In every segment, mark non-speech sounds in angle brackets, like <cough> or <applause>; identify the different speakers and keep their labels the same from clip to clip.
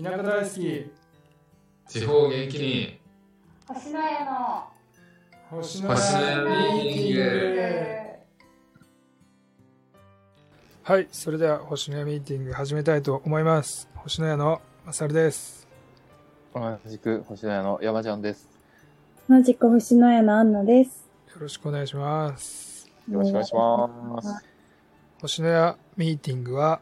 Speaker 1: 田舎大好き
Speaker 2: 地方元気に
Speaker 3: 星の家の
Speaker 1: 星
Speaker 2: 野
Speaker 3: ミ
Speaker 2: 家ミーティング
Speaker 1: はいそれでは星のやミーティング始めたいと思います星のやのまさるです
Speaker 4: 同じく星野屋の山ちゃんです。
Speaker 5: 同じく星の家のアンナです。
Speaker 1: よろしくお願いします
Speaker 4: よろしくお願いします。
Speaker 1: 星のやミーティングは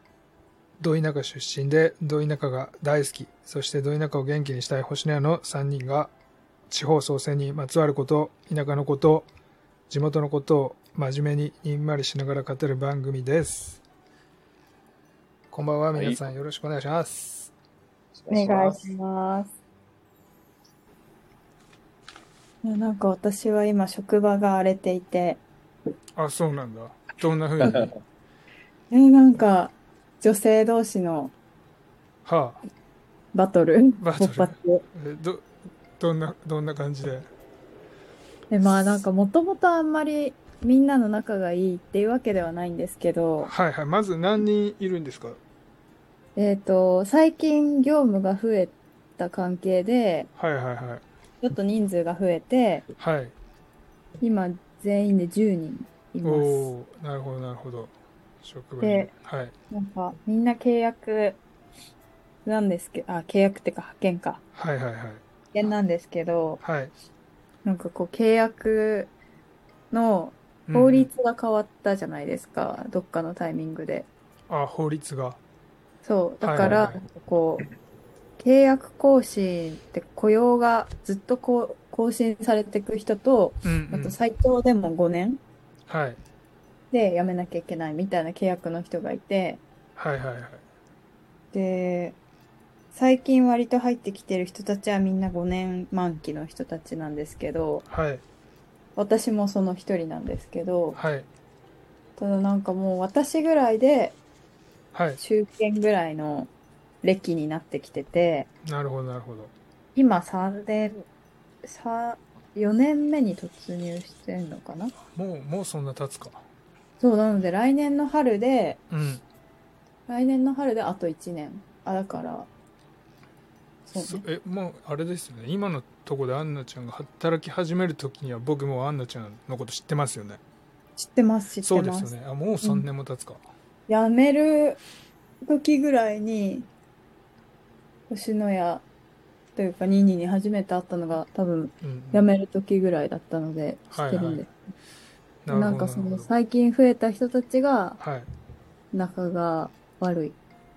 Speaker 1: ど田舎出身でど田舎が大好きそしてど田舎を元気にしたい星のやの3人が地方創生にまつわること田舎のこと地元のことを真面目ににんまりしながら語る番組ですこんばんは
Speaker 4: はい
Speaker 1: 皆さんよろしくお願いします、
Speaker 5: お願いします。いやなんか私は今職場が荒れていて、
Speaker 1: あ、そうなんだ。どんな風に。は <laughs>
Speaker 5: えなんか女性同士の
Speaker 1: あ、
Speaker 5: バトル
Speaker 1: バトル
Speaker 5: 勃発
Speaker 1: えど、どんな、どんな感じで。
Speaker 5: でまあなんかもともとあんまりみんなの仲がいいっていうわけではないんですけど、
Speaker 1: はいはい、まず何人いるんですか。
Speaker 5: えっ、と最近業務が増えた関係で
Speaker 1: はいはいはい。
Speaker 5: ちょっと人数が増えて
Speaker 1: はい。
Speaker 5: 今全員で10人い
Speaker 1: お
Speaker 5: ます。
Speaker 1: おー、なるほどなるほど。職場に
Speaker 5: で。
Speaker 1: はい。
Speaker 5: なんか、みんな契約なんですけど、あ、契約ってか派遣か。
Speaker 1: はいはいはい。
Speaker 5: 派遣なんですけど、
Speaker 1: はい。
Speaker 5: なんかこう、契約の法律が変わったじゃないですか、どっかのタイミングで。
Speaker 1: うん。あ、法律が。
Speaker 5: そう、だ
Speaker 1: は
Speaker 5: から、
Speaker 1: いはいはい
Speaker 5: なんかこう、契約更新って雇用がずっとこう更新されていく人と、
Speaker 1: うん、う
Speaker 5: あ
Speaker 1: ん
Speaker 5: と。最長でも5年
Speaker 1: はい。
Speaker 5: で辞めなきゃいけないみたいな契約の人がいて、
Speaker 1: はいはいはい。
Speaker 5: で最近割と入ってきてる人たちはみんな5年満期の人たちなんですけど
Speaker 1: はい。
Speaker 5: 私もその一人なんですけど
Speaker 1: はい。
Speaker 5: ただなんかもう私ぐらいで
Speaker 1: はい。
Speaker 5: 中堅ぐらいの歴になってきてて
Speaker 1: なるほどなるほど。
Speaker 5: 今3年さ4年目に突入してんのかな
Speaker 1: もう、もうそんな経つか。
Speaker 5: そうなので来年の春で
Speaker 1: うん。
Speaker 5: 来年の春であと1年あだからそう
Speaker 1: そ
Speaker 5: ね
Speaker 1: え、もう、あれですよね。今のとこでアンナちゃんが働き始めるときには、僕もうアンナちゃんのこと知ってますよね。
Speaker 5: 知ってます知
Speaker 1: そ
Speaker 5: っ
Speaker 1: う
Speaker 5: て
Speaker 1: で
Speaker 5: ます
Speaker 1: すよね。あ、もう3年も経つか。
Speaker 5: 辞める時ぐらいに星のやというかニーニーに初めて会ったのが多分
Speaker 1: うんうん
Speaker 5: 辞める時ぐらいだったので知
Speaker 1: はい
Speaker 5: ってるんです、
Speaker 1: なるほど
Speaker 5: なんかそ
Speaker 1: な
Speaker 5: の
Speaker 1: るほど
Speaker 5: 最近増えた人たちが
Speaker 1: はい
Speaker 5: 仲が悪い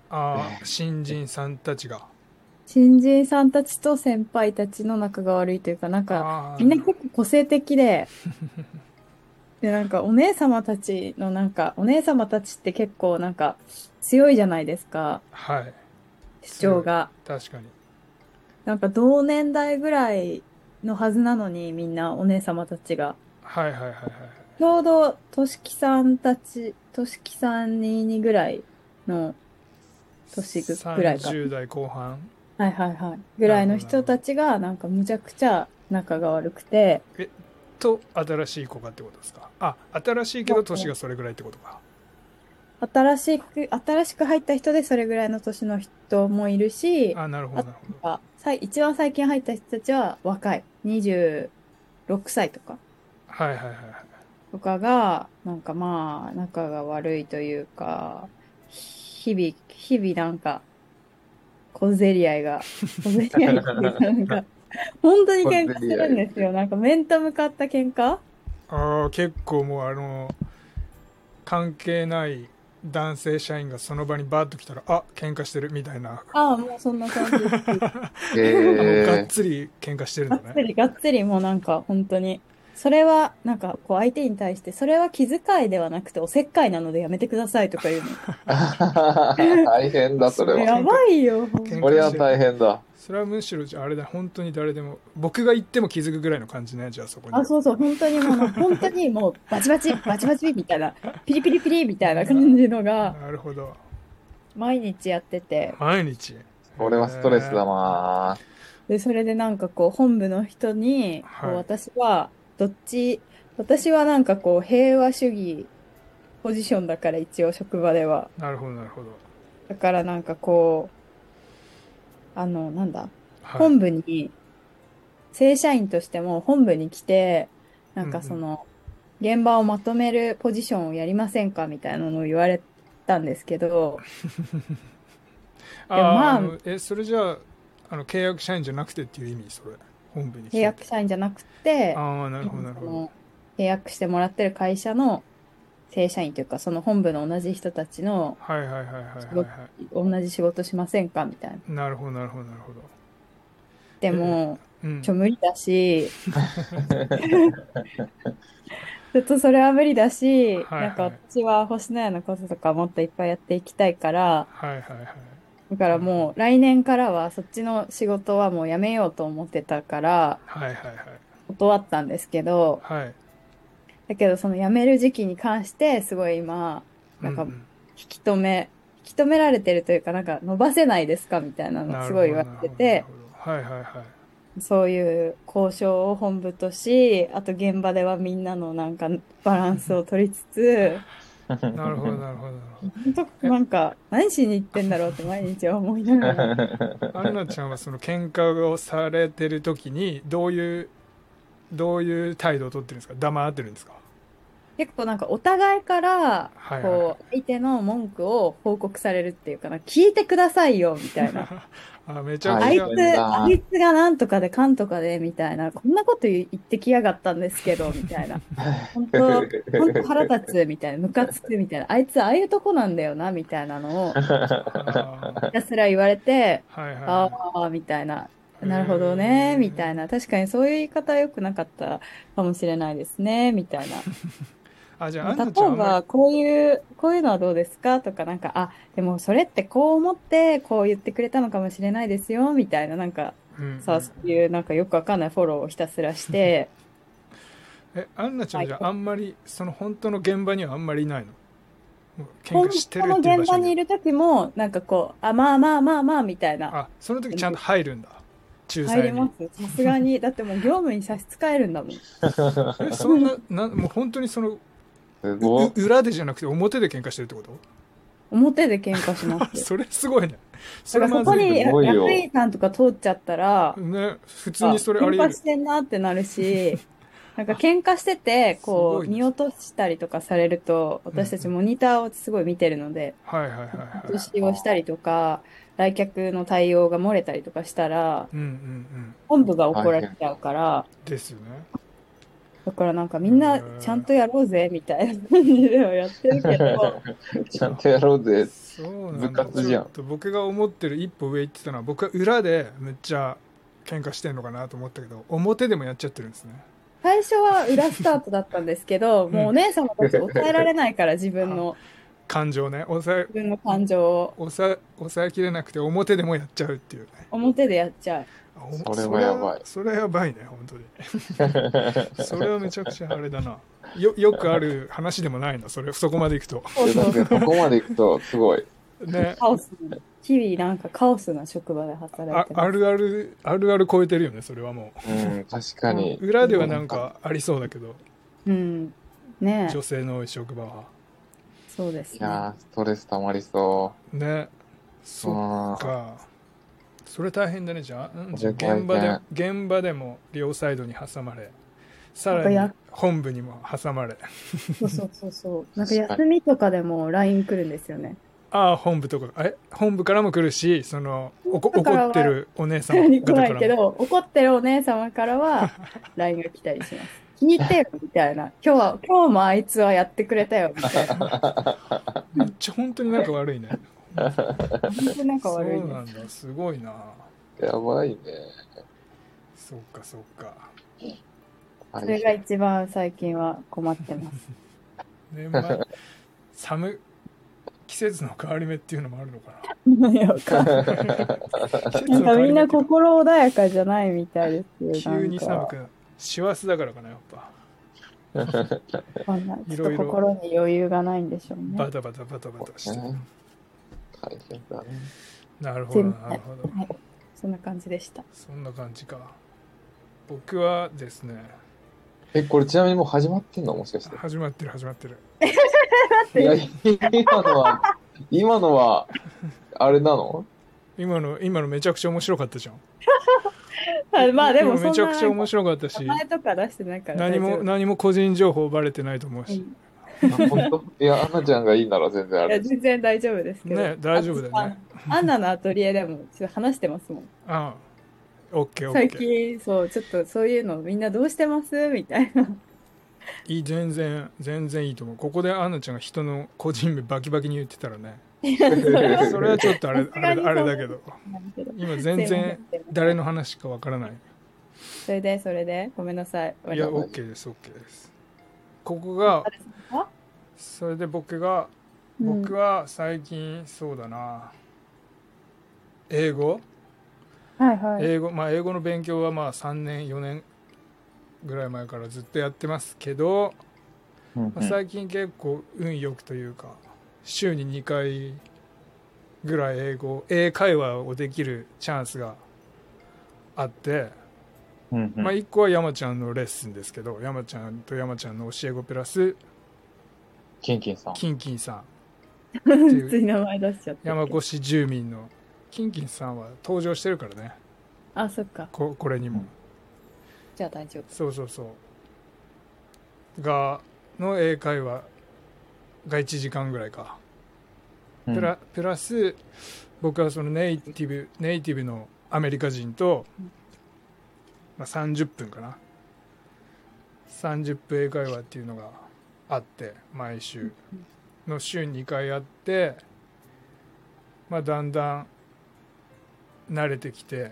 Speaker 1: ああ新人さんたちが
Speaker 5: 新人さんたちと先輩たちの仲が悪いというかなんか
Speaker 1: あ
Speaker 5: みんな結構個性的
Speaker 1: <laughs>
Speaker 5: ででなんかお姉様たちのなんかお姉様たちって結構なんか強いじゃないですか
Speaker 1: あはい
Speaker 5: 主張が。
Speaker 1: 確かに
Speaker 5: なんか同年代ぐらいのはずなのにみんなお姉様たちが。
Speaker 1: はいはいはいはい
Speaker 5: ちょうどとしきさんたち、としきさんににぐらいの、年ぐぐらいか
Speaker 1: 30代後半
Speaker 5: はいはいはい、ぐらいの人たちがなんかむちゃくちゃ仲が悪くて、
Speaker 1: と新しい子がってことですかあ新しいけど年がそれぐらいってことか
Speaker 5: 新しく、新しく入った人でそれぐらいの年の人もいるし、
Speaker 1: あなるほどなるほど
Speaker 5: あさい一番最近入った人たちは若い。26歳とか。
Speaker 1: はいはいはいはい
Speaker 5: とかが、なんかまあ、仲が悪いというか、日々、日々なんか、小競り合い <laughs> が、小競り合いっていうか、なんか、本当に喧嘩するんですよ。なんか面と向かった喧嘩
Speaker 1: ああ結構もうあの関係ない男性社員がその場にバーッと来たらあ喧嘩してるみたいな
Speaker 5: ああ、もうそんな感じ <laughs> です。
Speaker 1: あもうが
Speaker 4: え
Speaker 1: っつり喧嘩してる
Speaker 5: が
Speaker 1: の
Speaker 5: っつ
Speaker 1: ね
Speaker 5: り、がっつりもうなんか、本当に。それは、なんか、こう相手に対して、それは気遣いではなくて、おせっかいなのでやめてくださいとか <laughs> 言う
Speaker 4: ー、大変だ、それ
Speaker 5: <laughs> の。
Speaker 4: は。
Speaker 5: やばいよ、
Speaker 1: 喧嘩
Speaker 4: これは大変だ。
Speaker 1: それはむしろじゃああれだ本当に誰でも僕が行っても気づくぐらいの感じねじゃあそこに
Speaker 5: あ、そうそう、本当にもう、本当にもう、バチバチ、バチバチみたいな、ピリピリピリみたいな感じのが、
Speaker 1: なるほど
Speaker 5: 毎日やってて、
Speaker 1: 毎日
Speaker 4: これはストレスだな
Speaker 5: で、それでなんかこう、本部の人に、こ
Speaker 1: は
Speaker 5: う
Speaker 1: い
Speaker 5: 私は、どっち、私はなんかこう、平和主義ポジションだから、一応、職場では。
Speaker 1: なるほどなるほど
Speaker 5: だからなんかこう、あの、なんだ、
Speaker 1: はい
Speaker 5: 本部に、正社員としても本部に来て、なんかその、現場をまとめるポジションをやりませんかみたいなのを言われたんですけど、
Speaker 1: あー
Speaker 5: まあ
Speaker 1: あのえそれじゃああの契約社員じゃなくてっていう意味それ本部に来て
Speaker 5: 契約社員じゃなくて、
Speaker 1: ああなるほどなるほ
Speaker 5: そ
Speaker 1: ど
Speaker 5: の契約してもらってる会社の正社員というか、その本部の同じ人たちの
Speaker 1: はいはいはいはいはい
Speaker 5: すご
Speaker 1: は
Speaker 5: 同じ仕事しませんかみたいな。
Speaker 1: いなるほどなるほどなるほど
Speaker 5: でも、
Speaker 1: うん
Speaker 5: ちょ、無理
Speaker 1: <laughs>
Speaker 5: だし、ちょっとそれは無理だし、
Speaker 1: はいはい
Speaker 5: なんか私は星のやのこととかもっといっぱいやっていきたいから、
Speaker 1: はいはいはい
Speaker 5: だからもう来年からはそっちの仕事はもうやめようと思ってたから、
Speaker 1: はいはい
Speaker 5: 断ったんですけど、
Speaker 1: はいはい
Speaker 5: だけどその辞める時期に関して、すごい今、なんか
Speaker 1: うう
Speaker 5: 引き止め、引き止められてるというか、なんか伸ばせないですかみたいなの
Speaker 1: な
Speaker 5: を
Speaker 1: る
Speaker 5: す
Speaker 1: ほ
Speaker 5: ご
Speaker 1: ど
Speaker 5: い言われてて
Speaker 1: なる、ほどはいはいはい
Speaker 5: そういう交渉を本部とし、あと現場ではみんなのなんかバランスを取りつつ、
Speaker 1: <laughs> なるほどなるほどなるほ
Speaker 5: 本当なんか何しに行ってんだろうって毎日は思いなが
Speaker 1: <laughs>
Speaker 5: ら、
Speaker 1: どアンナちゃんはその喧嘩をされてる時にどういうどういう態度を取ってるんですか黙ってるんです
Speaker 5: <laughs>
Speaker 1: か
Speaker 5: 結構なんかお互いから、
Speaker 1: はいはい
Speaker 5: こう、相手の文句を報告されるっていうかな、聞いてくださいよ、みたいな。
Speaker 1: <laughs> あめちゃ
Speaker 4: は
Speaker 1: く
Speaker 5: あ
Speaker 1: ち
Speaker 5: い
Speaker 1: ゃ
Speaker 4: は
Speaker 5: つ、
Speaker 4: な
Speaker 5: あいつがなんとかでかんとかで、みたいな。こんなこと言ってきやがったんですけど、みた
Speaker 1: <laughs>
Speaker 5: いな。本当、本当腹立つ、みたいな。ムカつく、みたいな。あいつ、ああいうとこなんだよな、みたいなのを、ひ
Speaker 1: あ
Speaker 5: たすら言われて、
Speaker 1: ーはいはい
Speaker 5: あ
Speaker 1: は
Speaker 5: あ、みたいな。
Speaker 1: い
Speaker 5: なるほどね、みた
Speaker 1: ない
Speaker 5: な。確かにそういう言い方は良くなかったかもしれないですね、みたいな。
Speaker 1: <laughs> あじゃあアン
Speaker 5: 例
Speaker 1: ナちゃんあ
Speaker 5: え
Speaker 1: んまり
Speaker 5: ば、こういう、こういうのはどうですかとか、なんか、あ、でもそれってこう思って、こう言ってくれたのかもしれないですよ、みたいな、なんか、
Speaker 1: うん
Speaker 5: さあ、そういう、なんかよくわかんないフォローをひたす
Speaker 1: <laughs>
Speaker 5: らして、
Speaker 1: えアンナちゃんじゃ
Speaker 5: は
Speaker 1: あ
Speaker 5: い
Speaker 1: んまりその本当の現場にはあんまりいないのもう喧
Speaker 5: 本
Speaker 1: 嘩して
Speaker 5: 当
Speaker 1: る
Speaker 5: の
Speaker 1: っていう場
Speaker 5: 現場
Speaker 1: 所
Speaker 5: にいる時も、なんかこう、あ、まあまあまあまあ、みたいな、
Speaker 1: あその時ちゃんと入るんだ仲
Speaker 5: 入り
Speaker 1: 裁
Speaker 5: ま
Speaker 1: に
Speaker 5: す。さすがに、だってもう業務に差し支えるんだもん。
Speaker 1: えそんななもう本当にその
Speaker 4: すごいう
Speaker 1: 裏でじゃなくて表で喧嘩してるってこと
Speaker 5: 表で喧嘩します。
Speaker 1: それすごいねそ
Speaker 5: だか
Speaker 1: れ
Speaker 5: らこ
Speaker 1: ま
Speaker 5: こ
Speaker 1: ずい
Speaker 5: に
Speaker 1: ね
Speaker 4: すごいよ
Speaker 5: 役員さんとか通っちゃったら、
Speaker 1: ね普通にそれあり
Speaker 5: 喧
Speaker 1: 得
Speaker 5: 嘩
Speaker 1: る
Speaker 5: してんなってな
Speaker 1: <laughs>
Speaker 5: るし、なんか喧嘩してて、
Speaker 1: す
Speaker 5: こ、
Speaker 1: ごいうね
Speaker 5: 見落としたりとかされると、私たちモニターをすごい見てるので、
Speaker 1: はいはいはい
Speaker 5: 落
Speaker 1: は
Speaker 5: と
Speaker 1: い
Speaker 5: しをしたりとか、来客の対応が漏れたりとかしたら、
Speaker 1: うんうんうん
Speaker 5: 本部が怒られちゃうから、
Speaker 1: ですよね
Speaker 5: だからなんかみんなちゃんとやろうぜ、みたいな感じではやってるけ
Speaker 1: <laughs>
Speaker 5: ど、
Speaker 4: ちゃんとやろうぜ。
Speaker 1: そうな
Speaker 4: 部
Speaker 1: んだ
Speaker 4: 活じゃん
Speaker 1: ちょっと僕が思ってる一歩上行ってたのは僕は裏でめっちゃ喧嘩してんのかなと思ったけど表でもやっちゃってるんですね
Speaker 5: 最初は裏スタートだったんですけど、もうお姉様たち抑えられないから、自分の、
Speaker 1: 感情ね抑え
Speaker 5: 自分の感情を
Speaker 1: 抑え抑えきれなくて表でもやっちゃうっていうね
Speaker 5: 表でやっちゃう。
Speaker 1: あお
Speaker 4: それはやばい
Speaker 1: それはやばいね本当にそれはめちゃくちゃあれだなよよくある話でもないなそれそこまでいくと
Speaker 5: そう
Speaker 4: いや
Speaker 5: そ
Speaker 4: だ
Speaker 5: う
Speaker 4: ってここまで行くとすごい。
Speaker 1: ね
Speaker 5: カオスな日々なんかカオスな職場で働
Speaker 1: あ
Speaker 5: いて
Speaker 1: あ
Speaker 5: ます。
Speaker 1: るあるあるある超えてるよねそれはも
Speaker 4: うん、確か
Speaker 1: う
Speaker 4: に。
Speaker 1: 裏ではなんかありそうだけど
Speaker 5: うん。ねえ
Speaker 1: 女、性の多い職場は
Speaker 5: そうです
Speaker 4: い
Speaker 5: ね。
Speaker 4: やー、ストレス溜まりそ
Speaker 1: ね
Speaker 4: う。う
Speaker 1: そ
Speaker 4: ん
Speaker 1: っ。かそれ大変だねじゃあうん
Speaker 4: こ
Speaker 1: じゃ
Speaker 4: れ
Speaker 1: あ現場
Speaker 4: 大
Speaker 1: で現場でも両サイドに挟まれさ
Speaker 5: なんから
Speaker 1: に
Speaker 5: や
Speaker 1: 本部にも挟まれ
Speaker 5: そうそうそうそう。なんか休みとかでも LINE 来るんですよね。
Speaker 1: ああ本部とかえ本部からも来るしそのおこ
Speaker 5: だから
Speaker 1: 怒ってるお姉さん
Speaker 5: 普通 <laughs> に来ないけ
Speaker 1: 方からも
Speaker 5: ど、怒ってるお姉様か
Speaker 1: <laughs>
Speaker 5: らは LINE が来たりします。気に入ってよみたいな。今日は、今日もあいつはやってくれたよみたいな。
Speaker 1: めっちゃ本当になんか悪いね
Speaker 5: 本当に <laughs> なんか
Speaker 1: そう
Speaker 5: 悪い
Speaker 1: な
Speaker 5: ね。
Speaker 1: んだすごいな
Speaker 4: やばいね。
Speaker 1: そうかそうか
Speaker 4: あ
Speaker 5: それが一番最近は困っ
Speaker 1: <laughs>
Speaker 5: てます。
Speaker 1: 年末寒季節の変わり目っていうのもあるのか
Speaker 5: いやわかんな
Speaker 1: な
Speaker 5: い
Speaker 1: 季節
Speaker 5: <laughs> な
Speaker 1: の
Speaker 5: ん
Speaker 1: 変
Speaker 5: か
Speaker 1: わ
Speaker 5: み
Speaker 1: り
Speaker 5: ん
Speaker 1: 目ってい
Speaker 5: な
Speaker 1: うか
Speaker 5: 心穏やかじゃないみたいですよ。
Speaker 1: 急に
Speaker 5: なん
Speaker 1: 寒
Speaker 5: か
Speaker 1: くなる師走だからかなやっぱ
Speaker 5: わかんない。
Speaker 1: い
Speaker 5: ち
Speaker 1: ろ
Speaker 5: ょ
Speaker 1: い
Speaker 5: っ
Speaker 1: ろ
Speaker 5: と心に余裕がないんでしょう
Speaker 1: バ
Speaker 5: ね。
Speaker 1: タバタバタバタして
Speaker 4: ね大変だね。
Speaker 1: なるほど
Speaker 5: 全部
Speaker 1: なるほど
Speaker 5: そんな感じでした。
Speaker 1: そんな感じか僕はですね
Speaker 4: え、これちなみにもう始まってんのもしかして。
Speaker 1: 始まってる始まってる
Speaker 4: いや、今のは、今のは、あれなの
Speaker 1: い今の、今のめちゃくちゃ面白かったじゃん。
Speaker 5: あまあでも
Speaker 1: 今
Speaker 5: そん
Speaker 1: めちゃ
Speaker 5: な
Speaker 1: くちゃ面
Speaker 5: 名
Speaker 1: 白かったし、
Speaker 5: 前とか出してないから
Speaker 1: 何も、
Speaker 5: 大丈
Speaker 1: 何も個人情報バレてないと思うし。
Speaker 4: 本当 <laughs> いや、アンナちゃんがいいなら全然あ
Speaker 5: 夫いや
Speaker 4: れ。
Speaker 5: 全然大丈夫ですけど
Speaker 1: ね大丈夫だよね
Speaker 5: あアンナのアトリエでもちょっと話してますもん
Speaker 1: ああ、オッケーオ
Speaker 5: 最
Speaker 1: ッケー。
Speaker 5: 近そうちょっとそういうのみんなどうしてますみたいない
Speaker 1: い、全然、全然いいと思う。ここでアンナちゃんが人の個人名バキバキに言ってたらね。それはちょっとあれ、
Speaker 5: さす
Speaker 1: あ
Speaker 5: が
Speaker 1: れ
Speaker 5: に
Speaker 1: あれだけど。
Speaker 5: なんけど
Speaker 1: 今全然誰の話かわからない。
Speaker 5: それでそれでごめんなさい
Speaker 1: いや、
Speaker 4: 我々
Speaker 1: オッケーです、オッケーです。ここが、それで僕が、
Speaker 5: うん
Speaker 1: 僕は最近、そうだな。英語
Speaker 5: はいはい
Speaker 1: 英語まあ英語の勉強はまあ3年4年ぐらい前からずっとやってますけど、
Speaker 4: うん
Speaker 1: まあ、最近結構運良くというか週に2回ぐらい英語英会話をできるチャンスがあって、
Speaker 4: うんうん
Speaker 1: まあ、1個は山ちゃんのレッスンですけど山ちゃんと山ちゃんの教え子プラス
Speaker 4: キンキンさん。
Speaker 1: キンキンさん
Speaker 4: <laughs>
Speaker 5: 普通に名前出しちゃった
Speaker 1: 山越し住民のキンキンさんは登場してるからね
Speaker 5: あそっか
Speaker 1: ここれにも。
Speaker 5: じゃあ大丈夫
Speaker 1: そうそうそうがの英会話が1時間ぐらいか、
Speaker 4: うん
Speaker 1: プラプラス僕はそのネイティブネイティブのアメリカ人と、まあ、30分かな30分英会話っていうのがあって毎週の週2回あって、まあ、だんだん慣れてきて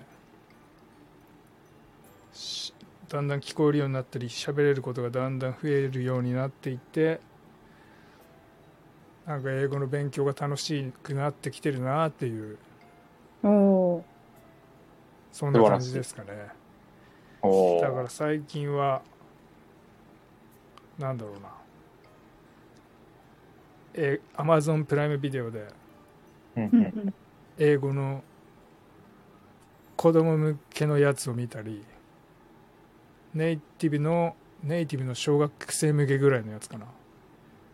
Speaker 1: しだんだん聞こえるようになったり喋れることがだんだん増えるようになっていってなんか英語の勉強が楽しくなってきてるなっていう
Speaker 5: おー
Speaker 1: そんな感じですかね
Speaker 4: お
Speaker 1: だか
Speaker 4: ー
Speaker 1: ら最近はなんだろうなえ Amazon プライムビデオで
Speaker 4: うんう
Speaker 5: うん
Speaker 4: ん
Speaker 5: うん
Speaker 1: 英語の子供向けのやつを見たりネイティブのネイティブの小学生向けぐらいのやつかな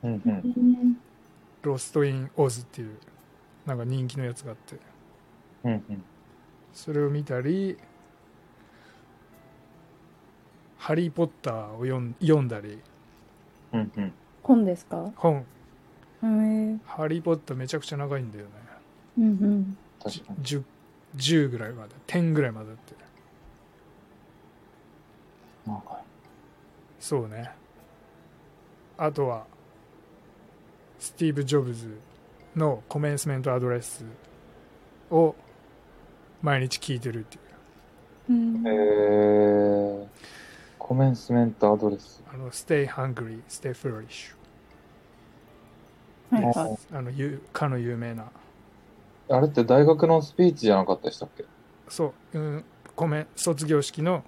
Speaker 4: うんうん
Speaker 1: 「ロスト・イン・オズ」っていうなんか人気のやつがあって
Speaker 4: うんうん
Speaker 1: それを見たり「ハリー・ポッター」を読ん読んだり
Speaker 4: うんうん
Speaker 5: 本ですか
Speaker 1: 本
Speaker 5: へえうん
Speaker 1: 「ハリー・ポッター」めちゃくちゃ長いんだよね
Speaker 5: うん
Speaker 4: 確かに。
Speaker 1: 10, 10ぐらいまで10ぐらいまでだって
Speaker 4: なんか
Speaker 1: そうねあとはスティーブ・ジョブズのコメンスメントアドレスを毎日聞いてるっていう
Speaker 5: うん
Speaker 4: えー、コメンスメントアドレス。
Speaker 1: あの Stay hungry, stay foolish
Speaker 5: はい
Speaker 4: あ
Speaker 5: はい
Speaker 1: あのゆかの有名な
Speaker 4: あれって大学のスピーチじゃなかったでしたっけ
Speaker 1: そう、うん、コメン卒業式の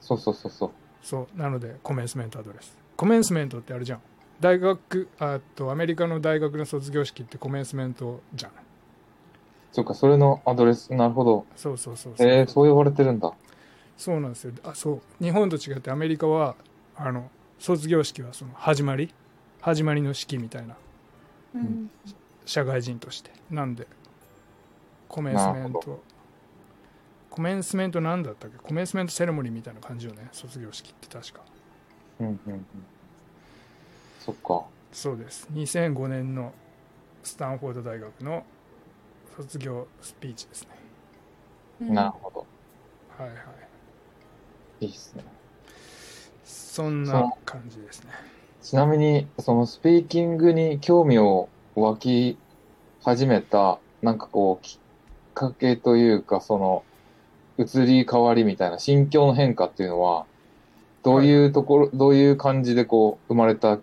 Speaker 4: そうそうそうそう。
Speaker 1: そうなのでコメンスメントアドレスコメンスメントってあれじゃん大学あとアメリカの大学の卒業式ってコメンスメントじゃん
Speaker 4: そうか、それのアドレス。なるほど。
Speaker 1: そうそうそうそう、
Speaker 4: えー、そう呼ばれてるんだ。
Speaker 1: そうなんですよあそう日本と違ってアメリカはあの卒業式はその始まり始まりの式みたいな
Speaker 5: うん
Speaker 1: 社会人としてなんでコメンスメ
Speaker 4: な
Speaker 1: ン
Speaker 4: るほ
Speaker 1: トコメンスメントなんだったっけコメンスメントセレモニーみたいな感じよね卒業式って確か
Speaker 4: うんうんうん。そっか。
Speaker 1: そうです2005年のスタンフォード大学の卒業スピーチですね
Speaker 4: なるほど。
Speaker 1: はいはい
Speaker 4: いいっすね。
Speaker 1: そんな感じですね
Speaker 4: ちなみに、そのスピーキングに興味を湧き始めた、なんかこう、きっかけというか、その、移り変わりみたいな、心境の変化っていうのは、どういうところ、どういう感じでこう、生まれた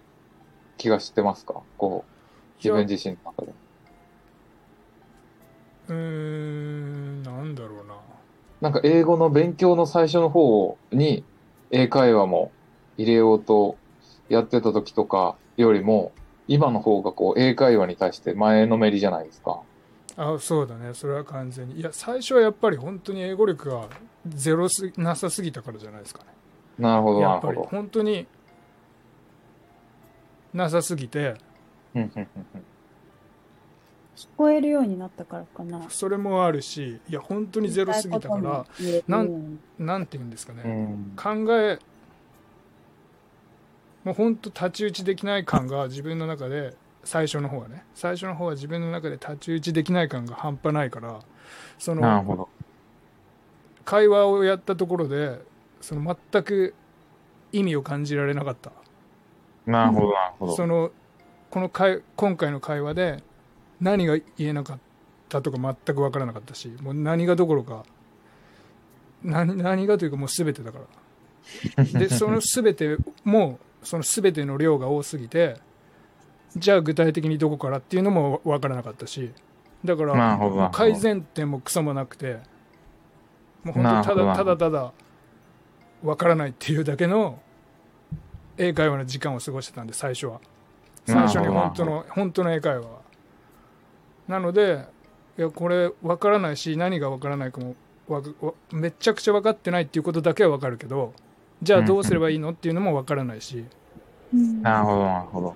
Speaker 4: 気がしてますかこう、自分自身の中で。
Speaker 1: うーんなんだろうな
Speaker 4: なんか英語の勉強の最初の方に英会話も入れようとやってた時とかよりも、今の方がこう英会話に対して前のめりじゃないですか。
Speaker 1: あそうだねそれは完全にいや最初はやっぱり本当に英語力がゼロすなさすぎたからじゃないですかね
Speaker 4: なるほど、な
Speaker 1: や
Speaker 4: る
Speaker 1: っぱ
Speaker 4: ほ
Speaker 1: り
Speaker 4: ど。
Speaker 1: 本当になさすぎて
Speaker 4: うんうんうん
Speaker 5: 聞こえるようになったからかな。
Speaker 1: それもあるし、いや、本当にゼロすぎたから、
Speaker 5: 言えるように、
Speaker 1: なんて言うんですかね、
Speaker 4: うん。
Speaker 1: 考えもうほんと太刀打ちできない感が自分の中で最初の方はね最初の方は自分の中で太刀打ちできない感が半端ないからそ
Speaker 4: な
Speaker 1: の
Speaker 4: るほど。
Speaker 1: 会話をやったところでその全く意味を感じられなかった
Speaker 4: なるほど、なるほど。
Speaker 1: そのこの会今回の会話で何が言えなかったとか全く分からなかったしもう何がどころか何何がというかもう全てだから
Speaker 4: <laughs>
Speaker 1: でその全てもその全ての量が多すぎてじゃあ具体的にどこからっていうのも分からなかったしだか
Speaker 4: な
Speaker 1: ら
Speaker 4: るほどなるほど
Speaker 1: 改善点もクソもなくてもう本当にた
Speaker 4: な
Speaker 1: だ
Speaker 4: るほ
Speaker 1: ただ
Speaker 4: ど
Speaker 1: ただ分からないっていうだけの英会話の時間を過ごしてたんで最初は最
Speaker 4: なる
Speaker 1: 初
Speaker 4: ほど
Speaker 1: に本当の本当の英会話はなのでいやこれ分からないし何が分からないかもわかわめちゃくちゃ分かってないっていうことだけは分かるけどじゃあどうすればいいのっていうのも分からないし
Speaker 5: うん
Speaker 4: なるほど、なるほど。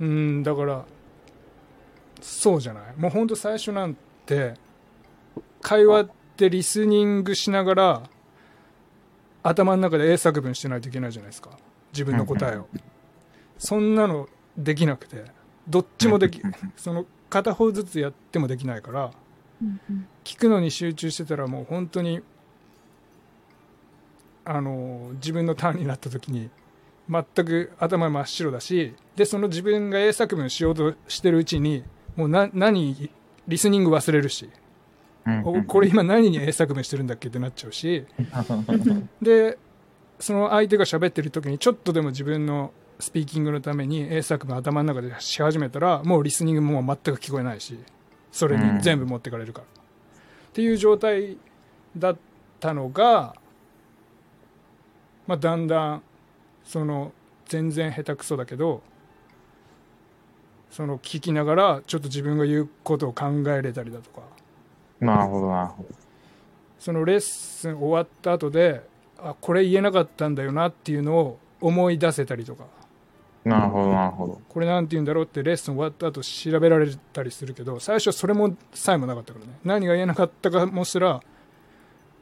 Speaker 1: うんだからそうじゃないもうほんと最初なんて会話ってリスニングしながら頭の中で英作文してないといけないじゃないですか自分の答えをそんなのできなくてどっちもできその片方ずつやってもできないから
Speaker 5: うんうん
Speaker 1: 聞くのに集中してたらもう本当にあの自分のターンになった時に全く頭真っ白だしでその自分が英作文しようとしてるうちにもうな何リスニング忘れるし、
Speaker 4: うんうん
Speaker 1: おこれ今何に英作文してるんだっけってなっちゃう
Speaker 4: <laughs>
Speaker 1: しでその相手が喋ってる時にちょっとでも自分のスピーキングのために英作文頭の中でし始めたらもうリスニングも全く聞こえないしそれに全部持ってかれるから、っていう状態だったのが、まあ、だんだんその全然下手くそだけどその聞きながらちょっと自分が言うことを考えれたりだとか
Speaker 4: なるほど、なるほど。
Speaker 1: そのレッスン終わった後であこれ言えなかったんだよなっていうのを思い出せたりとか
Speaker 4: なるほど、なるほど。
Speaker 1: これなんて言うんだろうってレッスン終わった後調べられたりするけど最初はそれもさえもなかったからね何が言えなかったかもすら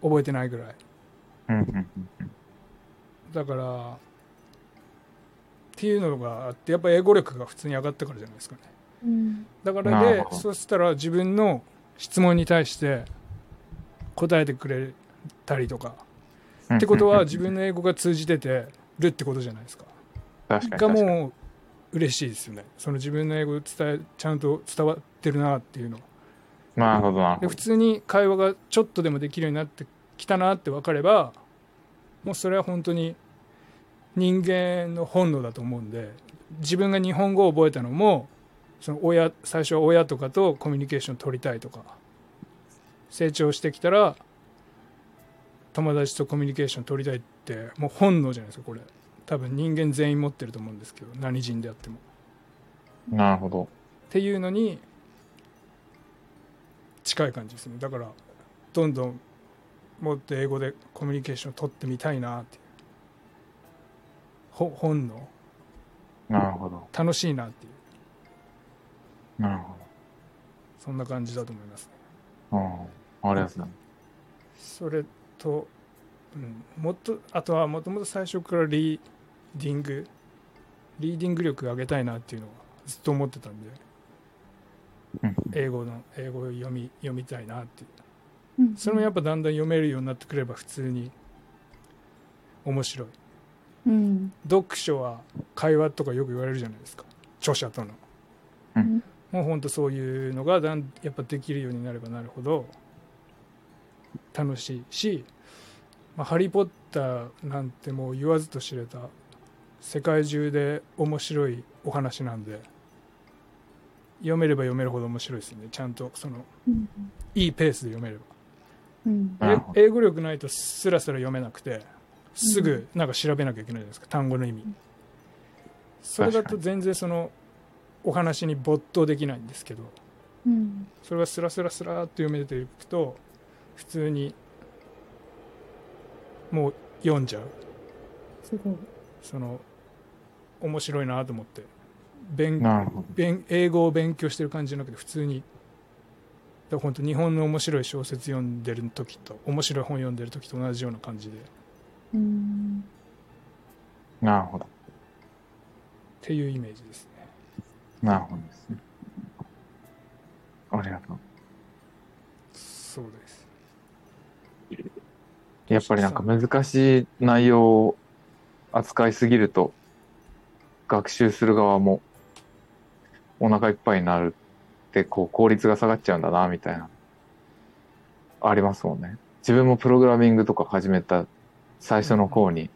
Speaker 1: 覚えてないぐらい
Speaker 4: うんうんうん
Speaker 1: だからっていうのがあってやっぱ英語力が普通に上がったからじゃないですかね
Speaker 5: うん
Speaker 1: だか
Speaker 4: な
Speaker 1: ら
Speaker 4: る
Speaker 1: で
Speaker 4: ほど
Speaker 1: そしたら自分の質問に対して答えてくれたりとか
Speaker 4: うん。
Speaker 1: ってこと
Speaker 4: うん
Speaker 1: は
Speaker 4: うん
Speaker 1: 自分の英語が通じててるってことじゃないですか。
Speaker 4: 確かに
Speaker 1: が
Speaker 4: 確かに。
Speaker 1: もう嬉しいですよね。その自分の英語を伝えちゃんと伝わってるなっていうの。
Speaker 4: なるほど、な
Speaker 1: で
Speaker 4: るほ
Speaker 1: 普通に会話がちょっとでもできるようになってきたなって分かればもうそれは本当に人間の本能だと思うんで自分が日本語を覚えたのもその親最初は親とかとコミュニケーション取りたいとか成長してきたら友達とコミュニケーション取りたいってもう本能じゃないですかこれ多分人間全員持ってると思うんですけど何人であっても。
Speaker 4: ど。なるほど。
Speaker 1: っていうのに近い感じですねだからどんどんもっと英語でコミュニケーションを取ってみたいなっていうほ本能
Speaker 4: なるほど。
Speaker 1: 楽しいなっていう
Speaker 4: なるほ
Speaker 1: そんな感じだと思いますね
Speaker 4: ど。うん。ありがとうございます。
Speaker 1: それと、うん、もっとあとはもともと最初からリーディングリーディング力上げたいなっていうのはずっと思ってたんで
Speaker 4: うん
Speaker 1: 英語の英語を読み読みたいなっていう
Speaker 5: うん
Speaker 1: それもやっぱだんだん読めるようになってくれば普通に面白い
Speaker 5: うん
Speaker 1: 読書は会話とかよく言われるじゃないですか著者との、
Speaker 4: うん
Speaker 1: もうほんとそういうのがだんやっぱできるようになればなるほど楽しいし「まあ、ハリー・ポッター」なんてもう言わずと知れた世界中で面白いお話なんで読めれば読めるほど面白いですよねちゃんとその
Speaker 5: うん
Speaker 1: いいペースで読めれば。
Speaker 5: うん
Speaker 4: なるほど
Speaker 1: え英語力ないとスラスラ読めなくてすぐなんか調べなきゃいけないじゃないですか単語の意味それだと全然そのお話に没頭できないんですけど
Speaker 5: うん
Speaker 1: それがスラスラスラーっと読めていくと普通にもう読んじゃう
Speaker 5: すごい
Speaker 1: その面白いなと思って勉
Speaker 4: なるほ
Speaker 1: 勉英語を勉強してる感じじゃなくて普通にだから本当日本の面白い小説読んでる時と面白い本読んでる時と同じような感じでっ
Speaker 5: うん
Speaker 4: ど。なるほど。
Speaker 1: ていうイメージですね
Speaker 4: なるほどですね。ありがとう。
Speaker 1: そうです
Speaker 4: やっぱりなんか難しい内容を扱いすぎると、学習する側もお腹いっぱいになるって、こう効率が下がっちゃうんだな、みたいな、ありますもんね。自分もプログラミングとか始めた最初の頃に、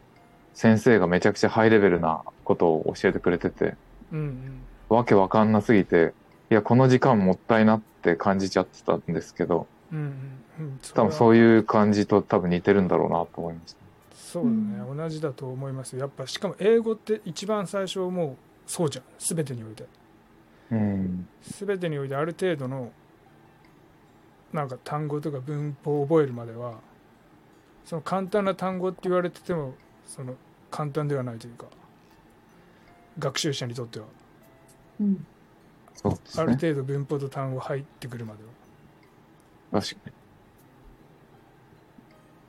Speaker 4: 先生がめちゃくちゃハイレベルなことを教えてくれてて、
Speaker 1: うんうん
Speaker 4: わけわかんなすぎて、いや、この時間もったいなって感じちゃってたんですけど、
Speaker 1: うんうんうんそれ
Speaker 4: 多
Speaker 1: は
Speaker 4: 分そういう感じと多分似てるんだろうなと思いました。
Speaker 1: そうだね、同じだと思いますよやっぱしかも英語って一番最初もうそうじゃん全てにおいて
Speaker 4: うん。
Speaker 1: 全てにおいてある程度のなんか単語とか文法を覚えるまではその簡単な単語って言われててもその簡単ではないというか学習者にとっては
Speaker 5: うん
Speaker 4: そうです
Speaker 1: ある
Speaker 4: ね。
Speaker 1: 程度文法と単語入ってくるまでは、
Speaker 4: 確か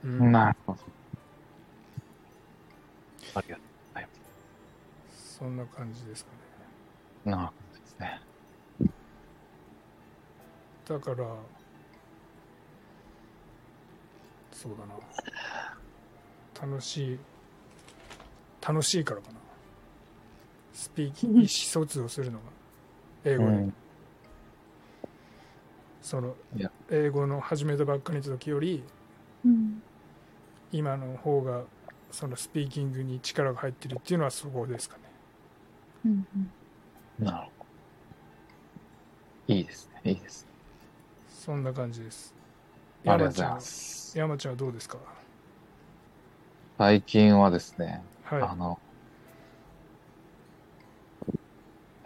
Speaker 1: うん
Speaker 4: に。なるほど。
Speaker 6: ありがと
Speaker 1: そんな感じですかね
Speaker 4: なるほどですね。
Speaker 1: だからそうだな楽しい楽しいからかなスピーキング意思疎通をするのが英語で、
Speaker 4: うん
Speaker 1: その
Speaker 4: いや
Speaker 1: 英語の始めたばっかりの時より
Speaker 5: うん
Speaker 1: 今の方がそのスピーキングに力が入ってるっていうのはそこですかね
Speaker 5: うん
Speaker 4: なるほど。いいですね。いいですね。
Speaker 1: そんな感じです
Speaker 4: ありがとうございます。
Speaker 1: 山ちゃんはどうですか
Speaker 4: 最近はですね、
Speaker 1: はい
Speaker 4: あの、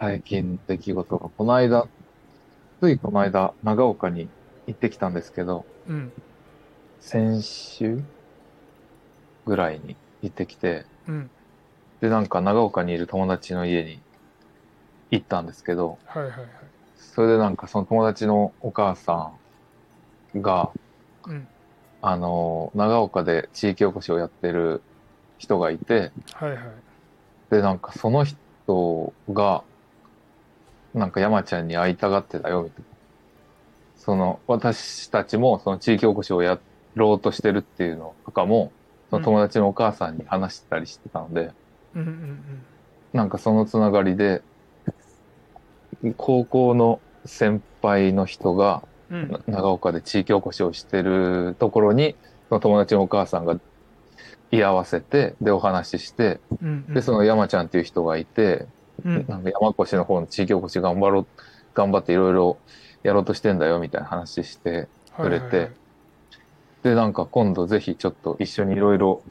Speaker 4: 最近の出来事が、この間、ついこの間、長岡に行ってきたんですけど、
Speaker 1: うん
Speaker 4: 先週ぐらいに行ってきて、
Speaker 1: うん
Speaker 4: で、なんか長岡にいる友達の家に行ったんですけど、
Speaker 1: はいはいはい
Speaker 4: それでなんかその友達のお母さんが、
Speaker 1: うん
Speaker 4: あの、長岡で地域おこしをやってる人がいて、
Speaker 1: はいはい
Speaker 4: で、なんかその人が、なんか山ちゃんに会いたがってたよ、みたいな。その、私たちもその地域おこしをやろうとしてるっていうのとかも、その友達のお母さんに話してたりしてたので、
Speaker 1: うんうんうん
Speaker 4: なんかそのつながりで、高校の先輩の人が、
Speaker 1: うん
Speaker 4: な長岡で地域おこしをしてるところに、その友達のお母さんが居合わせて、で、お話しして、
Speaker 1: うんうん
Speaker 4: で、その山ちゃんっていう人がいて、
Speaker 1: うん
Speaker 4: なんか山越の方の地域おこし頑張ろう、頑張っていろいろやろうとしてんだよ、みたいな話して、くれて
Speaker 1: はいはいはい
Speaker 4: で、なんか今度ぜひちょっと一緒にいろいろ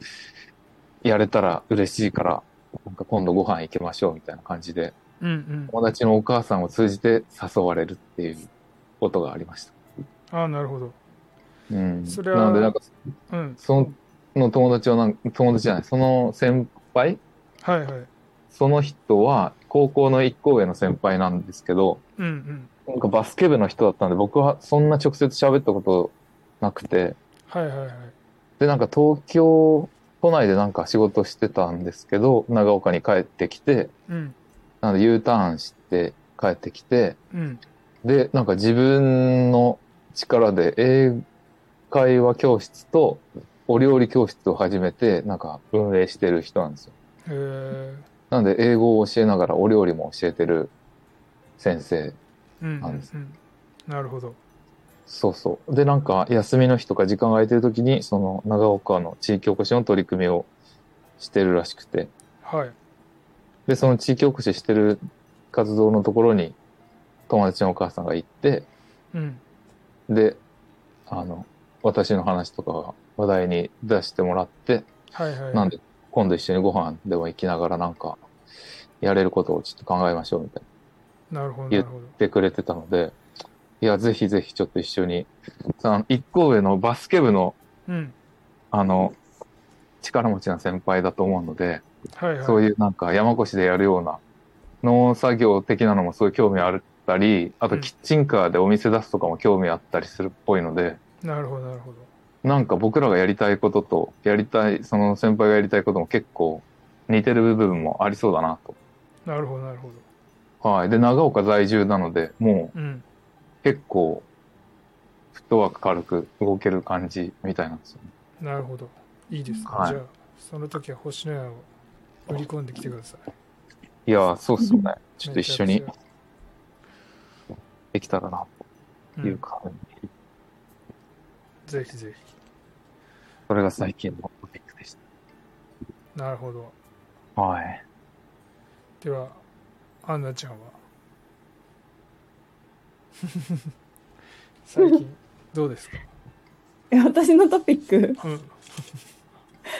Speaker 4: やれたら嬉しいから、なんか今度ご飯行きましょう、みたいな感じで、
Speaker 1: うんうん、
Speaker 4: 友達のお母さんを通じて誘われるっていうことがありました。
Speaker 1: ああなるほど、
Speaker 4: うん。
Speaker 1: それは
Speaker 4: なので、なんか、
Speaker 1: うん、
Speaker 4: その友達はなん、友達じゃない、その先輩
Speaker 1: はいはい
Speaker 4: その人は高校の一校上の先輩なんですけど、
Speaker 1: うんうん
Speaker 4: なんかバスケ部の人だったんで、僕はそんな直接喋ったことなくて、
Speaker 1: はいはいはい
Speaker 4: で、なんか東京、都内でなんか仕事してたんですけど、長岡に帰ってきて、
Speaker 1: うん
Speaker 4: なので U ターンして帰ってきて、
Speaker 1: うん
Speaker 4: で、なんか自分の力で英会話教室とお料理教室を始めて、なんか運営してる人なんですよ。
Speaker 1: へえ
Speaker 4: なんで英語を教えながらお料理も教えてる先生。
Speaker 1: うんう
Speaker 4: あるん
Speaker 1: ん
Speaker 4: です
Speaker 1: うんなるほど
Speaker 4: そうそう。で、なんか休みの日とか時間が空いてる時に、その長岡の地域おこしの取り組みをしてるらしくて。
Speaker 1: はい
Speaker 4: で、その地域おこししてる活動のところに友達のお母さんが行って、
Speaker 1: うん
Speaker 4: で、あの、私の話とかが話題に出してもらって、
Speaker 1: はいはい
Speaker 4: なんで、今度一緒にご飯でも行きながらなんか、やれることをちょっと考えましょうみたいな
Speaker 1: なるほどな
Speaker 4: 言
Speaker 1: る
Speaker 4: っ
Speaker 1: ほど
Speaker 4: てくれてたので、いや、ぜひぜひちょっと一緒に、さ一個上のバスケ部の、
Speaker 1: うん
Speaker 4: あの、力持ちな先輩だと思うので、
Speaker 1: はいはい
Speaker 4: そう
Speaker 1: う
Speaker 4: いうなんか山越でやるような農作業的なのもすごい興味あったり、あ
Speaker 1: う
Speaker 4: と
Speaker 1: ん
Speaker 4: キッチンカーでお店出すとかも興味あったりするっぽいので、
Speaker 1: なるほど、なるほど。
Speaker 4: なんか僕らがやりたいことと、やりたい、その先輩がやりたいことも結構似てる部分もありそうだな
Speaker 1: なるほど、なるほ
Speaker 4: と。はい。で、長岡在住なので、もう
Speaker 1: ど。うん。
Speaker 4: 結構、フットワーク軽く動ける感じみたいなんですよね。
Speaker 1: なるほど。いいですね。
Speaker 4: はい
Speaker 1: じゃあ、その時は星のやを売り込んできてください。
Speaker 4: いやー、そうっすよね。ちょっと
Speaker 1: め
Speaker 4: 一
Speaker 1: ちゃくち
Speaker 4: 緒
Speaker 1: ゃ
Speaker 4: にできたらな、と
Speaker 1: う
Speaker 4: い
Speaker 1: ん
Speaker 4: うか、
Speaker 1: ぜひぜひ。
Speaker 4: それが最近のトピックでし
Speaker 1: なるほど。
Speaker 4: た。はい。
Speaker 1: では、アンナちゃんは最近、どうですか
Speaker 5: え私のトピック
Speaker 1: うん。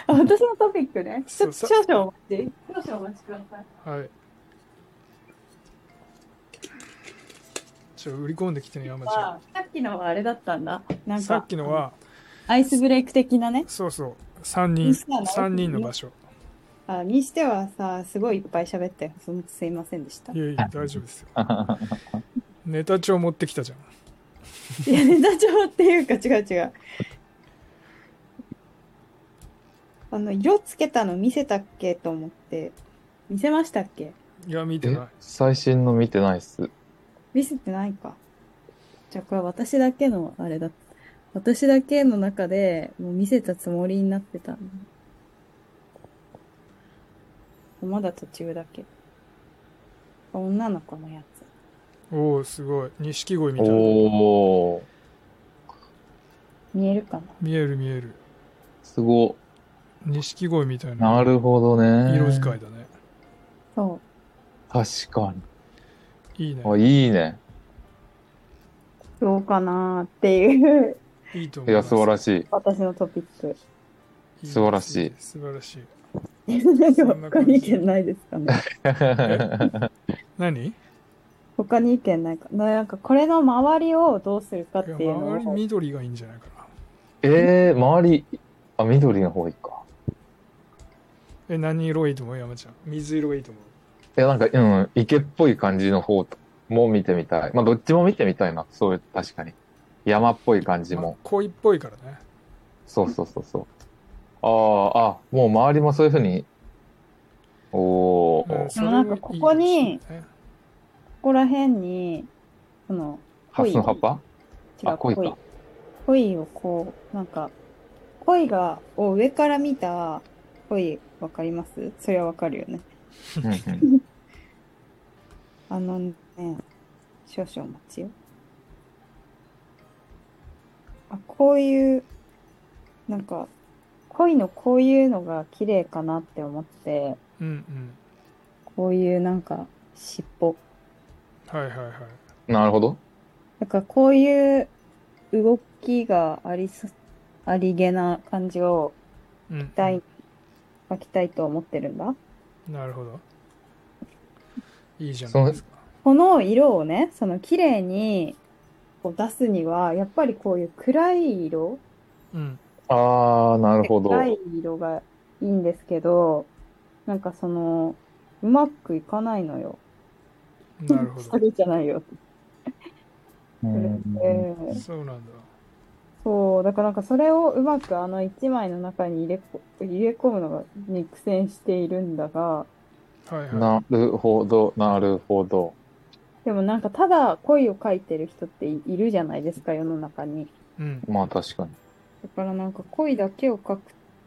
Speaker 5: あ私のトピックね。ちょ
Speaker 1: そう
Speaker 5: 少々お待ち。少々お待ちください。
Speaker 1: はい。ちょ、売り込んできてね、山ちゃ。
Speaker 5: まあ、さっきのはあれだったんだ。なんん
Speaker 1: さ
Speaker 5: か
Speaker 1: っきのは、
Speaker 5: アイスブレイク的なね。
Speaker 1: そうそう、三人、
Speaker 5: そうなの
Speaker 1: 三人の場所。
Speaker 5: あにしてはさ、すごいいっぱい喋って、そのすいませんでした。い
Speaker 1: いやいや、大丈夫ですよ。ネタ帳持ってきたじゃん。
Speaker 5: や、ネタ帳っていうか違う違う。あの、色つけたの見せたっけと思って、見せましたっけ
Speaker 1: いや、見て
Speaker 4: え
Speaker 1: ない。
Speaker 4: 最新の見てないっす。
Speaker 5: 見せてないか。じゃあこれ私だけの、あれだ。私だけの中で、もう見せたつもりになってたんだまだ途中だけ。女の子のやつ。
Speaker 1: おお、すごい。錦鯉みたいな。
Speaker 4: おー、
Speaker 5: 見えるかな
Speaker 1: 見える見える。
Speaker 4: すご。
Speaker 1: 錦鯉みたいな
Speaker 4: なるほどね。
Speaker 1: 色使いだね。
Speaker 5: そ
Speaker 4: 確かに。
Speaker 1: いいね。
Speaker 4: あ、いいね。
Speaker 5: う。どうかなーっていう、 <laughs>
Speaker 1: いいと思
Speaker 4: いや、素晴ら
Speaker 1: し
Speaker 4: しい。
Speaker 5: 私のトピック。
Speaker 1: いい
Speaker 4: 素晴らしい
Speaker 1: です素晴らしい。
Speaker 5: なんか
Speaker 1: そんな
Speaker 5: <laughs> 他
Speaker 1: 感じ
Speaker 5: に意見ないですかね。
Speaker 1: 何い
Speaker 5: 他に意見ないか。ななんかこれの周りをどうするかって
Speaker 1: や、
Speaker 5: いうの
Speaker 1: 周り
Speaker 5: を、
Speaker 1: 緑がいいんじゃないかな。
Speaker 4: えー、周り、あ、緑の方いいか。
Speaker 1: え、何色がいいと思う山ちゃん。水色がいいと思う。
Speaker 4: いや、なんか、うん、池っぽい感じの方も見てみたい。まあ、どっちも見てみたいな。そういう、確かに。山っぽい感じ
Speaker 1: まあ
Speaker 4: も。
Speaker 1: 恋っぽいからね。
Speaker 4: そうそうそうそう。ああ、あ、もう周りもそういうふうに。おお、
Speaker 1: うんそれ
Speaker 5: も
Speaker 1: もい
Speaker 5: なん
Speaker 1: い
Speaker 5: かここに
Speaker 1: かもしれないね
Speaker 5: ここら辺に、その、
Speaker 4: ハスの葉っぱ
Speaker 5: 違う
Speaker 4: あ恋か
Speaker 5: 恋恋をこうなんか恋がを上から見た恋わかりますそれはわかるよね
Speaker 4: うんうん
Speaker 5: あのね少々お待ちよあこういうなんか恋のこういうのが綺麗かなって思って
Speaker 1: うん
Speaker 5: こういうなんか尻尾
Speaker 1: うん。はいはいはい。
Speaker 4: なるほど。
Speaker 5: なんかこういう動きがありそありげな感じを
Speaker 1: うんうん、
Speaker 5: たい書きたいと思ってるんだ。
Speaker 1: なるほど。いいじゃないですか。
Speaker 5: この色をね、その綺麗にこう出すには、やっぱりこういう暗い色、
Speaker 1: うん。
Speaker 4: ああ、なるほど。
Speaker 5: 暗い色がいいんですけど、なんかその、うまくいかないのよ。
Speaker 1: なるほ
Speaker 5: <laughs> それじゃないよ。
Speaker 4: うん
Speaker 5: え
Speaker 1: ど。
Speaker 5: ー
Speaker 1: そうなんだ。
Speaker 5: そう、だからなんかそれをうまくあの一枚の中に入れこ入れ込むのがに苦戦しているんだが、
Speaker 1: はいはい。
Speaker 4: なるほど、なるほど。
Speaker 5: でもなんかただ恋を描いてる人っていいるじゃないですか、世の中に。
Speaker 1: うん。
Speaker 4: まあ確かに。
Speaker 5: だからなんか恋だけを書くっ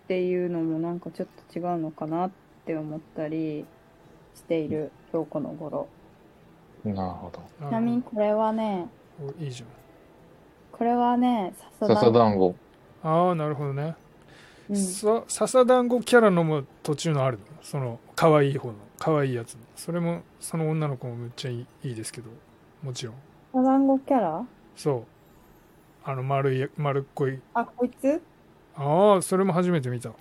Speaker 5: ていうのもなんかちょっと違うのかなって思ったりしている今日この頃。
Speaker 4: なるほど。
Speaker 1: な
Speaker 5: ちなみに
Speaker 1: る
Speaker 5: これはね、
Speaker 1: ほどおいいじゃん。
Speaker 5: これはね、笹だ。
Speaker 4: 笹団子。
Speaker 1: ああ、なるほどね。
Speaker 5: うん、
Speaker 1: さ笹団子キャラのも途中のあるのその可愛い方の可愛いやつのそれもその女の子もむっちゃいいいいですけどもちろん
Speaker 5: 笹団子キャラ
Speaker 1: そうあの丸い丸っこい
Speaker 5: あ、こいつ
Speaker 1: ああそれも初めて見た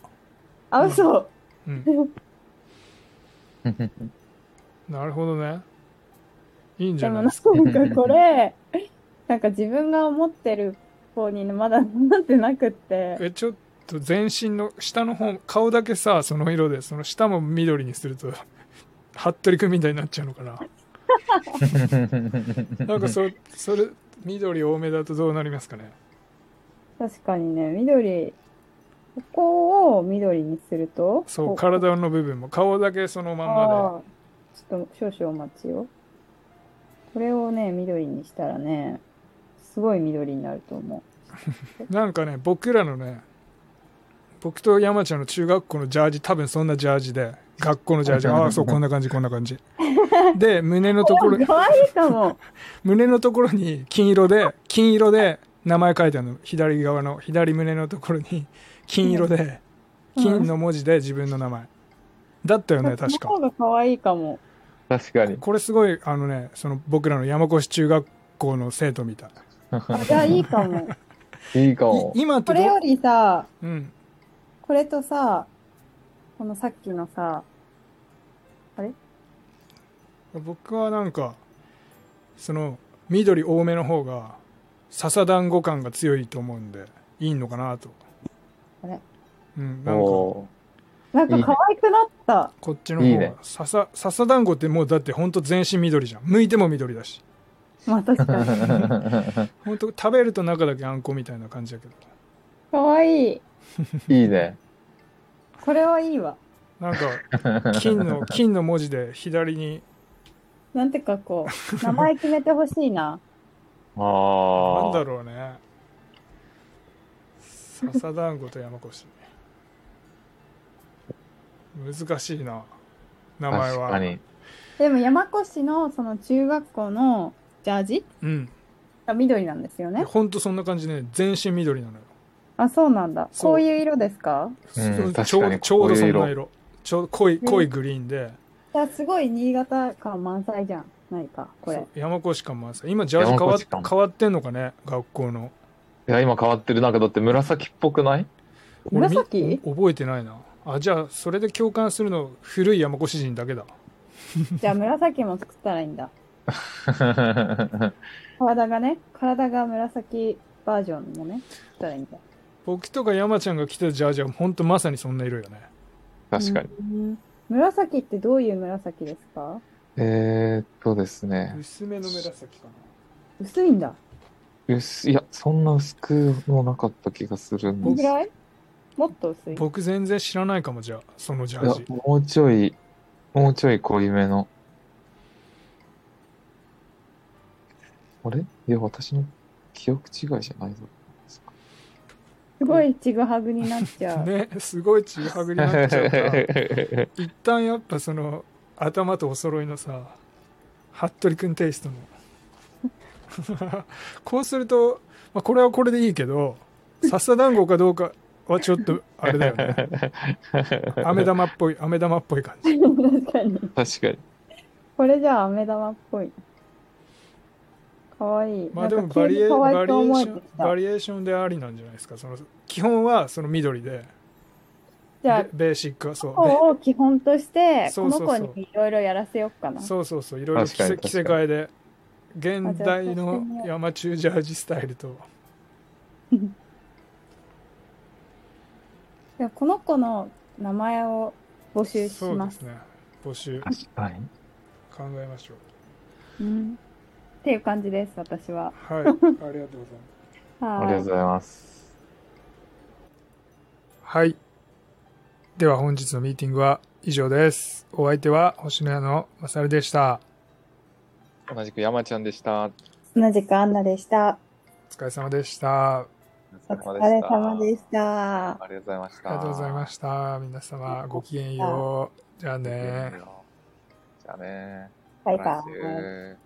Speaker 5: あ、嘘。 <laughs>
Speaker 1: うんなるほどねいいんじ
Speaker 5: で
Speaker 1: ゃな
Speaker 5: も
Speaker 1: い
Speaker 5: な
Speaker 1: で
Speaker 5: ん
Speaker 1: すか
Speaker 5: かこれ、
Speaker 1: <laughs>
Speaker 5: なんか自分が思ってる方にまだなってなくって。
Speaker 1: えちょっと全身の下の方顔だけさその色でその下も緑にすると <laughs> 服部君みたいになっちゃうのかな。なんかそ、それ、緑多めだとどうなりますかね。
Speaker 5: 確かにね、緑、ここを緑にすると、
Speaker 1: そ
Speaker 5: こ
Speaker 1: う、体の部分も、顔だけそのまんま
Speaker 5: あーちょっと少々お待ちを。これをね、緑にしたらね、すごい緑になると思
Speaker 1: で。なんかね、僕らのね、僕と山ちゃんの中学校のジャージ、多分そんなジャージで、学校のジャージ、ああ、そう、こんな感じ、こんな感じ。で、胸のところ
Speaker 5: う。、かわいいかも。
Speaker 1: 胸のところに金色で、金色で名前書いてあるの。左側の、左胸のところに金色で、
Speaker 5: うん
Speaker 1: 金の文字で自分の名前。だったよ <laughs> ね、確
Speaker 5: こ
Speaker 1: か
Speaker 5: の方。がかわいいか
Speaker 1: <laughs>
Speaker 5: も。
Speaker 4: 確かに。
Speaker 1: これすごい、あのね、その僕らの山越中学校の生徒みたい。
Speaker 5: あ、じゃあいいかも。
Speaker 4: いいかも
Speaker 1: い。今って
Speaker 5: こ
Speaker 1: ど
Speaker 5: れよりさ、
Speaker 1: うん。
Speaker 5: これとさ、このさっきのさ、
Speaker 1: 僕はなんか、その、緑多めの方が、笹団子感が強いと思うんで、いいのかなと。
Speaker 5: あれ
Speaker 1: うん、なんか、
Speaker 4: お
Speaker 5: なんか可愛くなった。
Speaker 1: こっちの方
Speaker 4: いいね
Speaker 1: 笹笹団子ってもうだってほんと全身緑じゃん向いても緑だし
Speaker 5: まあ確かに。
Speaker 4: ー
Speaker 1: ほんと食べると中だけあんこみたいな感じだけど
Speaker 5: <laughs> 可愛い。
Speaker 4: いいね。
Speaker 5: これはいいわ。
Speaker 1: なんか
Speaker 4: <laughs>
Speaker 1: 金の金の文字で左に
Speaker 5: なんてかこう、 <laughs> 名前決めてほしいな。
Speaker 1: なん
Speaker 4: あ
Speaker 1: だ
Speaker 4: あ。
Speaker 1: ろうね笹団子と山越難しいな名前
Speaker 4: 確
Speaker 1: は
Speaker 4: かに。
Speaker 5: でも山越のその中学校のジャージ
Speaker 1: うん
Speaker 5: が緑なんですよ
Speaker 1: いや
Speaker 5: ね。
Speaker 1: ほんとそんな感じね全身緑なのよ
Speaker 5: あ、そうなんだ。
Speaker 1: そう
Speaker 5: こういう色ですか
Speaker 4: うん
Speaker 1: そちょ
Speaker 4: 確か
Speaker 1: う
Speaker 4: に
Speaker 1: ちょうどそん
Speaker 4: こう
Speaker 1: な
Speaker 4: いう
Speaker 1: 色ちょうど濃い濃いグリーンで、
Speaker 5: いや、すごい新潟感満載じゃん。ないか、こ
Speaker 1: そ
Speaker 5: れ
Speaker 1: う。山越かもあるさ今ジャージ変
Speaker 4: 山
Speaker 1: わ
Speaker 4: 越かも
Speaker 1: 変わってんのかね学校の
Speaker 4: いや、今変わってる。なんかだって紫っぽくない <laughs>
Speaker 1: 俺み
Speaker 5: 紫
Speaker 1: 覚えてないなあじゃあそれで共感するの古い山越人だけだ
Speaker 5: じゃあ紫も作ったらいいんだ。体がね、体が紫バージョンもね、作ったらいいんだ。
Speaker 1: 僕とか山ちゃんが着てたジャージはほんとまさにそんな色よね
Speaker 4: 確かに。
Speaker 5: に。紫ってどういう紫ですか
Speaker 4: えーっとですね。
Speaker 1: 薄めの紫かな
Speaker 5: 薄いんだ。
Speaker 4: 薄いや、そんな薄くもなかった気がするん
Speaker 5: どの
Speaker 4: で
Speaker 5: ぐ
Speaker 4: す。
Speaker 5: らいもっと薄い。
Speaker 1: 僕全然知らないかもじゃあそのジャ
Speaker 4: いや
Speaker 1: ージ、
Speaker 4: もうちょい、もうちょい濃いめの。あれいや、私の記憶違いじゃないぞ。
Speaker 5: すごいちぐはぐになっちゃ
Speaker 1: <laughs>
Speaker 5: う。
Speaker 1: ねすごいちぐはぐになっちゃ
Speaker 4: <laughs>
Speaker 1: うから一旦やっぱその頭とお揃いのさ服部君テイストの <laughs> こうすると、まあ、これはこれでいいけど笹団子かどうかはちょっとあれだよね飴玉っぽい飴玉っぽい感
Speaker 5: <laughs>
Speaker 1: じ
Speaker 5: 確かに。
Speaker 4: 確かに。
Speaker 5: これじゃあ飴玉っぽい。かわいい。
Speaker 1: まあ
Speaker 5: な
Speaker 1: で
Speaker 5: ん
Speaker 1: も
Speaker 5: か
Speaker 1: バ
Speaker 5: 急
Speaker 1: リエ
Speaker 5: に可
Speaker 1: バ
Speaker 5: 愛
Speaker 1: リエ
Speaker 5: く思
Speaker 1: ー
Speaker 5: え
Speaker 1: ショ
Speaker 5: て
Speaker 1: ン
Speaker 5: き
Speaker 1: バ
Speaker 5: た。
Speaker 1: リエーションでありなんじゃないですかその基本はその緑で
Speaker 5: じゃあ
Speaker 1: ベ、ベーシックはそう
Speaker 5: ここを基本として、
Speaker 1: そ
Speaker 5: こ
Speaker 1: う
Speaker 5: の
Speaker 1: そうそう
Speaker 5: 子にいろいろやらせようか
Speaker 1: で
Speaker 5: な。
Speaker 1: そうそうそういろいろ着
Speaker 4: 確か
Speaker 1: せ
Speaker 4: に
Speaker 1: 着せ替えで現代
Speaker 5: あじゃあや
Speaker 1: の
Speaker 5: ってみよう
Speaker 1: 山中ジャージスタイルと
Speaker 5: じゃあこの子の名前を募集し
Speaker 1: そう
Speaker 5: ま。
Speaker 1: ですすね募集
Speaker 4: 確かに。
Speaker 1: 考えましょう
Speaker 5: うんっていう感じです、私は。
Speaker 1: <laughs> はいありがとうございます
Speaker 4: ありがとうございます。
Speaker 1: はいでは本日のミーティングは以上ですお相手は星野屋のまさるでした
Speaker 4: 同じく山ちゃんでした。
Speaker 5: 同じくアンナでした。
Speaker 1: お疲れ様でした
Speaker 5: お疲れ様でした。
Speaker 4: ありがとうございました。
Speaker 1: ありがとうございました皆様ごきげんようじゃあね
Speaker 4: じゃあね。
Speaker 5: バイバ
Speaker 4: 来
Speaker 5: イ。
Speaker 4: 週